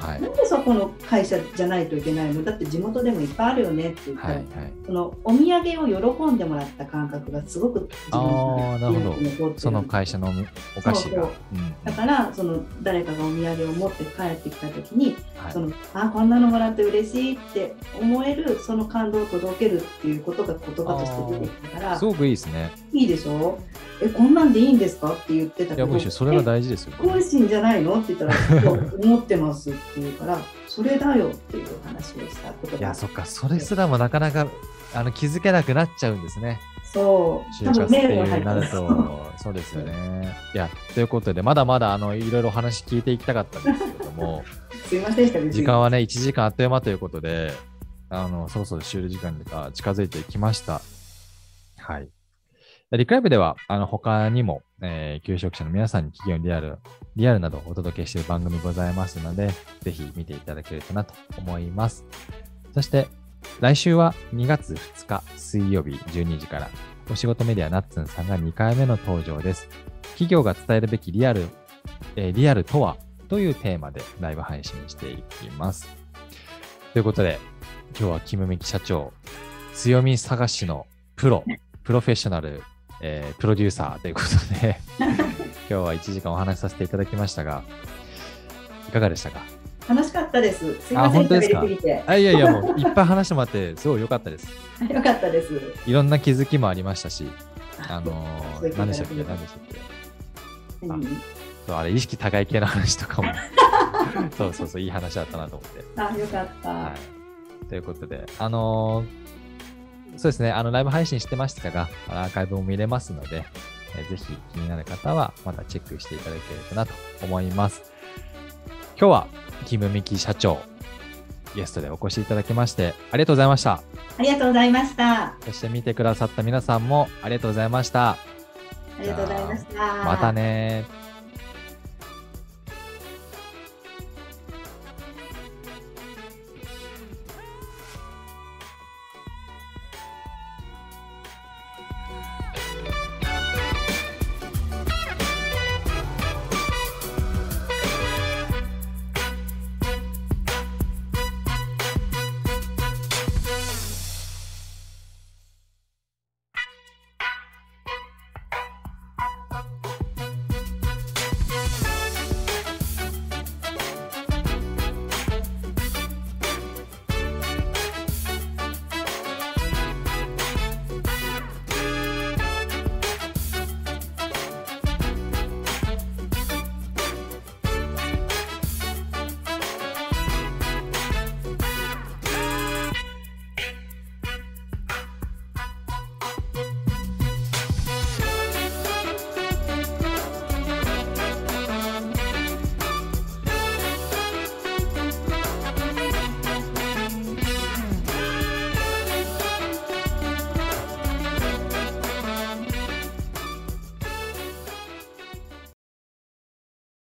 [SPEAKER 1] あ、はい。
[SPEAKER 2] なんでそこの会社じゃないといけないのだって地元でもいっぱいあるよねって言った
[SPEAKER 1] はい。
[SPEAKER 2] ら、
[SPEAKER 1] はい。
[SPEAKER 2] そのお土産を喜んでもらった感覚がすごく自
[SPEAKER 1] ああ、なるほど
[SPEAKER 2] に残ってる。
[SPEAKER 1] その会社のお菓子が。
[SPEAKER 2] そう
[SPEAKER 1] うん
[SPEAKER 2] だからその誰かがお土産を持って帰ってきた時に、
[SPEAKER 1] はい
[SPEAKER 2] そのあこんなのもらって嬉しいって思えるその感動を届けるっていうことが言葉として出てきたから
[SPEAKER 1] すごくいいでですね。
[SPEAKER 2] いいでしょえこんなんでいいんですかって言ってた
[SPEAKER 1] い
[SPEAKER 2] け
[SPEAKER 1] や、
[SPEAKER 2] ど
[SPEAKER 1] むしろそれが大事ですよ。
[SPEAKER 2] え本心じゃないのって言ったら いや思ってますって言うからそれだよっていう話をしたこと
[SPEAKER 1] い
[SPEAKER 2] が
[SPEAKER 1] や、そっか、それすらもなかなかあの気づけなくなっちゃうんですね。
[SPEAKER 2] そう
[SPEAKER 1] 就活
[SPEAKER 2] 多
[SPEAKER 1] っ
[SPEAKER 2] 分
[SPEAKER 1] て
[SPEAKER 2] メールが
[SPEAKER 1] い
[SPEAKER 2] 入っ
[SPEAKER 1] うな
[SPEAKER 2] た
[SPEAKER 1] ると、そうですよね。いや、ということで、まだまだあのいろいろお話聞いていきたかったんですけれども、
[SPEAKER 2] すいませんでした
[SPEAKER 1] 時間はね、1時間あっという間ということで、あのそろそろ終了時間が近づいてきました。はい。リクライブでは、あの他にも、えー求職者の皆さんに企業にリアル、リアルなどをお届けしている番組ございますので、ぜひ見ていただけるとなと思います。そして、来週は2月2日水曜日12時から、お仕事メディアナッツンさんが2回目の登場です。企業が伝えるべきリアル、えーリアルとはというテーマでライブ配信していきます。ということで、今日はキムミキ社長、強み探しのプロ、プロフェッショナル、えープロデューサーということ で、今日は1時間お話しさせていただきましたが、いかがでしたか
[SPEAKER 2] 楽しかったですすいません
[SPEAKER 1] あ本当ですか
[SPEAKER 2] 喋りすぎて
[SPEAKER 1] あいやいや、もういっぱい話してもらって、すごい良かったです。
[SPEAKER 2] よかったです
[SPEAKER 1] いろんな気づきもありましたし、あの
[SPEAKER 2] そういう
[SPEAKER 1] ー、
[SPEAKER 2] こと
[SPEAKER 1] 何で
[SPEAKER 2] で
[SPEAKER 1] し
[SPEAKER 2] す
[SPEAKER 1] たっ
[SPEAKER 2] ね
[SPEAKER 1] け、何でしたっけ。
[SPEAKER 2] 何
[SPEAKER 1] そうあれ、意識高い系の話と かも、そうそうそう、いい話だったなと思って。
[SPEAKER 2] あよかった、
[SPEAKER 1] はい、ということで、あのーそうですね、あのライブ配信してましたが、あのアーカイブも見れますので、えーぜひ気になる方はまたチェックしていただければなと思います。今日は、キムミキ社長、ゲストでお越しいただきまして、ありがとうございました。
[SPEAKER 2] ありがとうございましたあ
[SPEAKER 1] そして見てくださった皆さんもありがとうございました。
[SPEAKER 2] りがとうございました
[SPEAKER 1] またねー。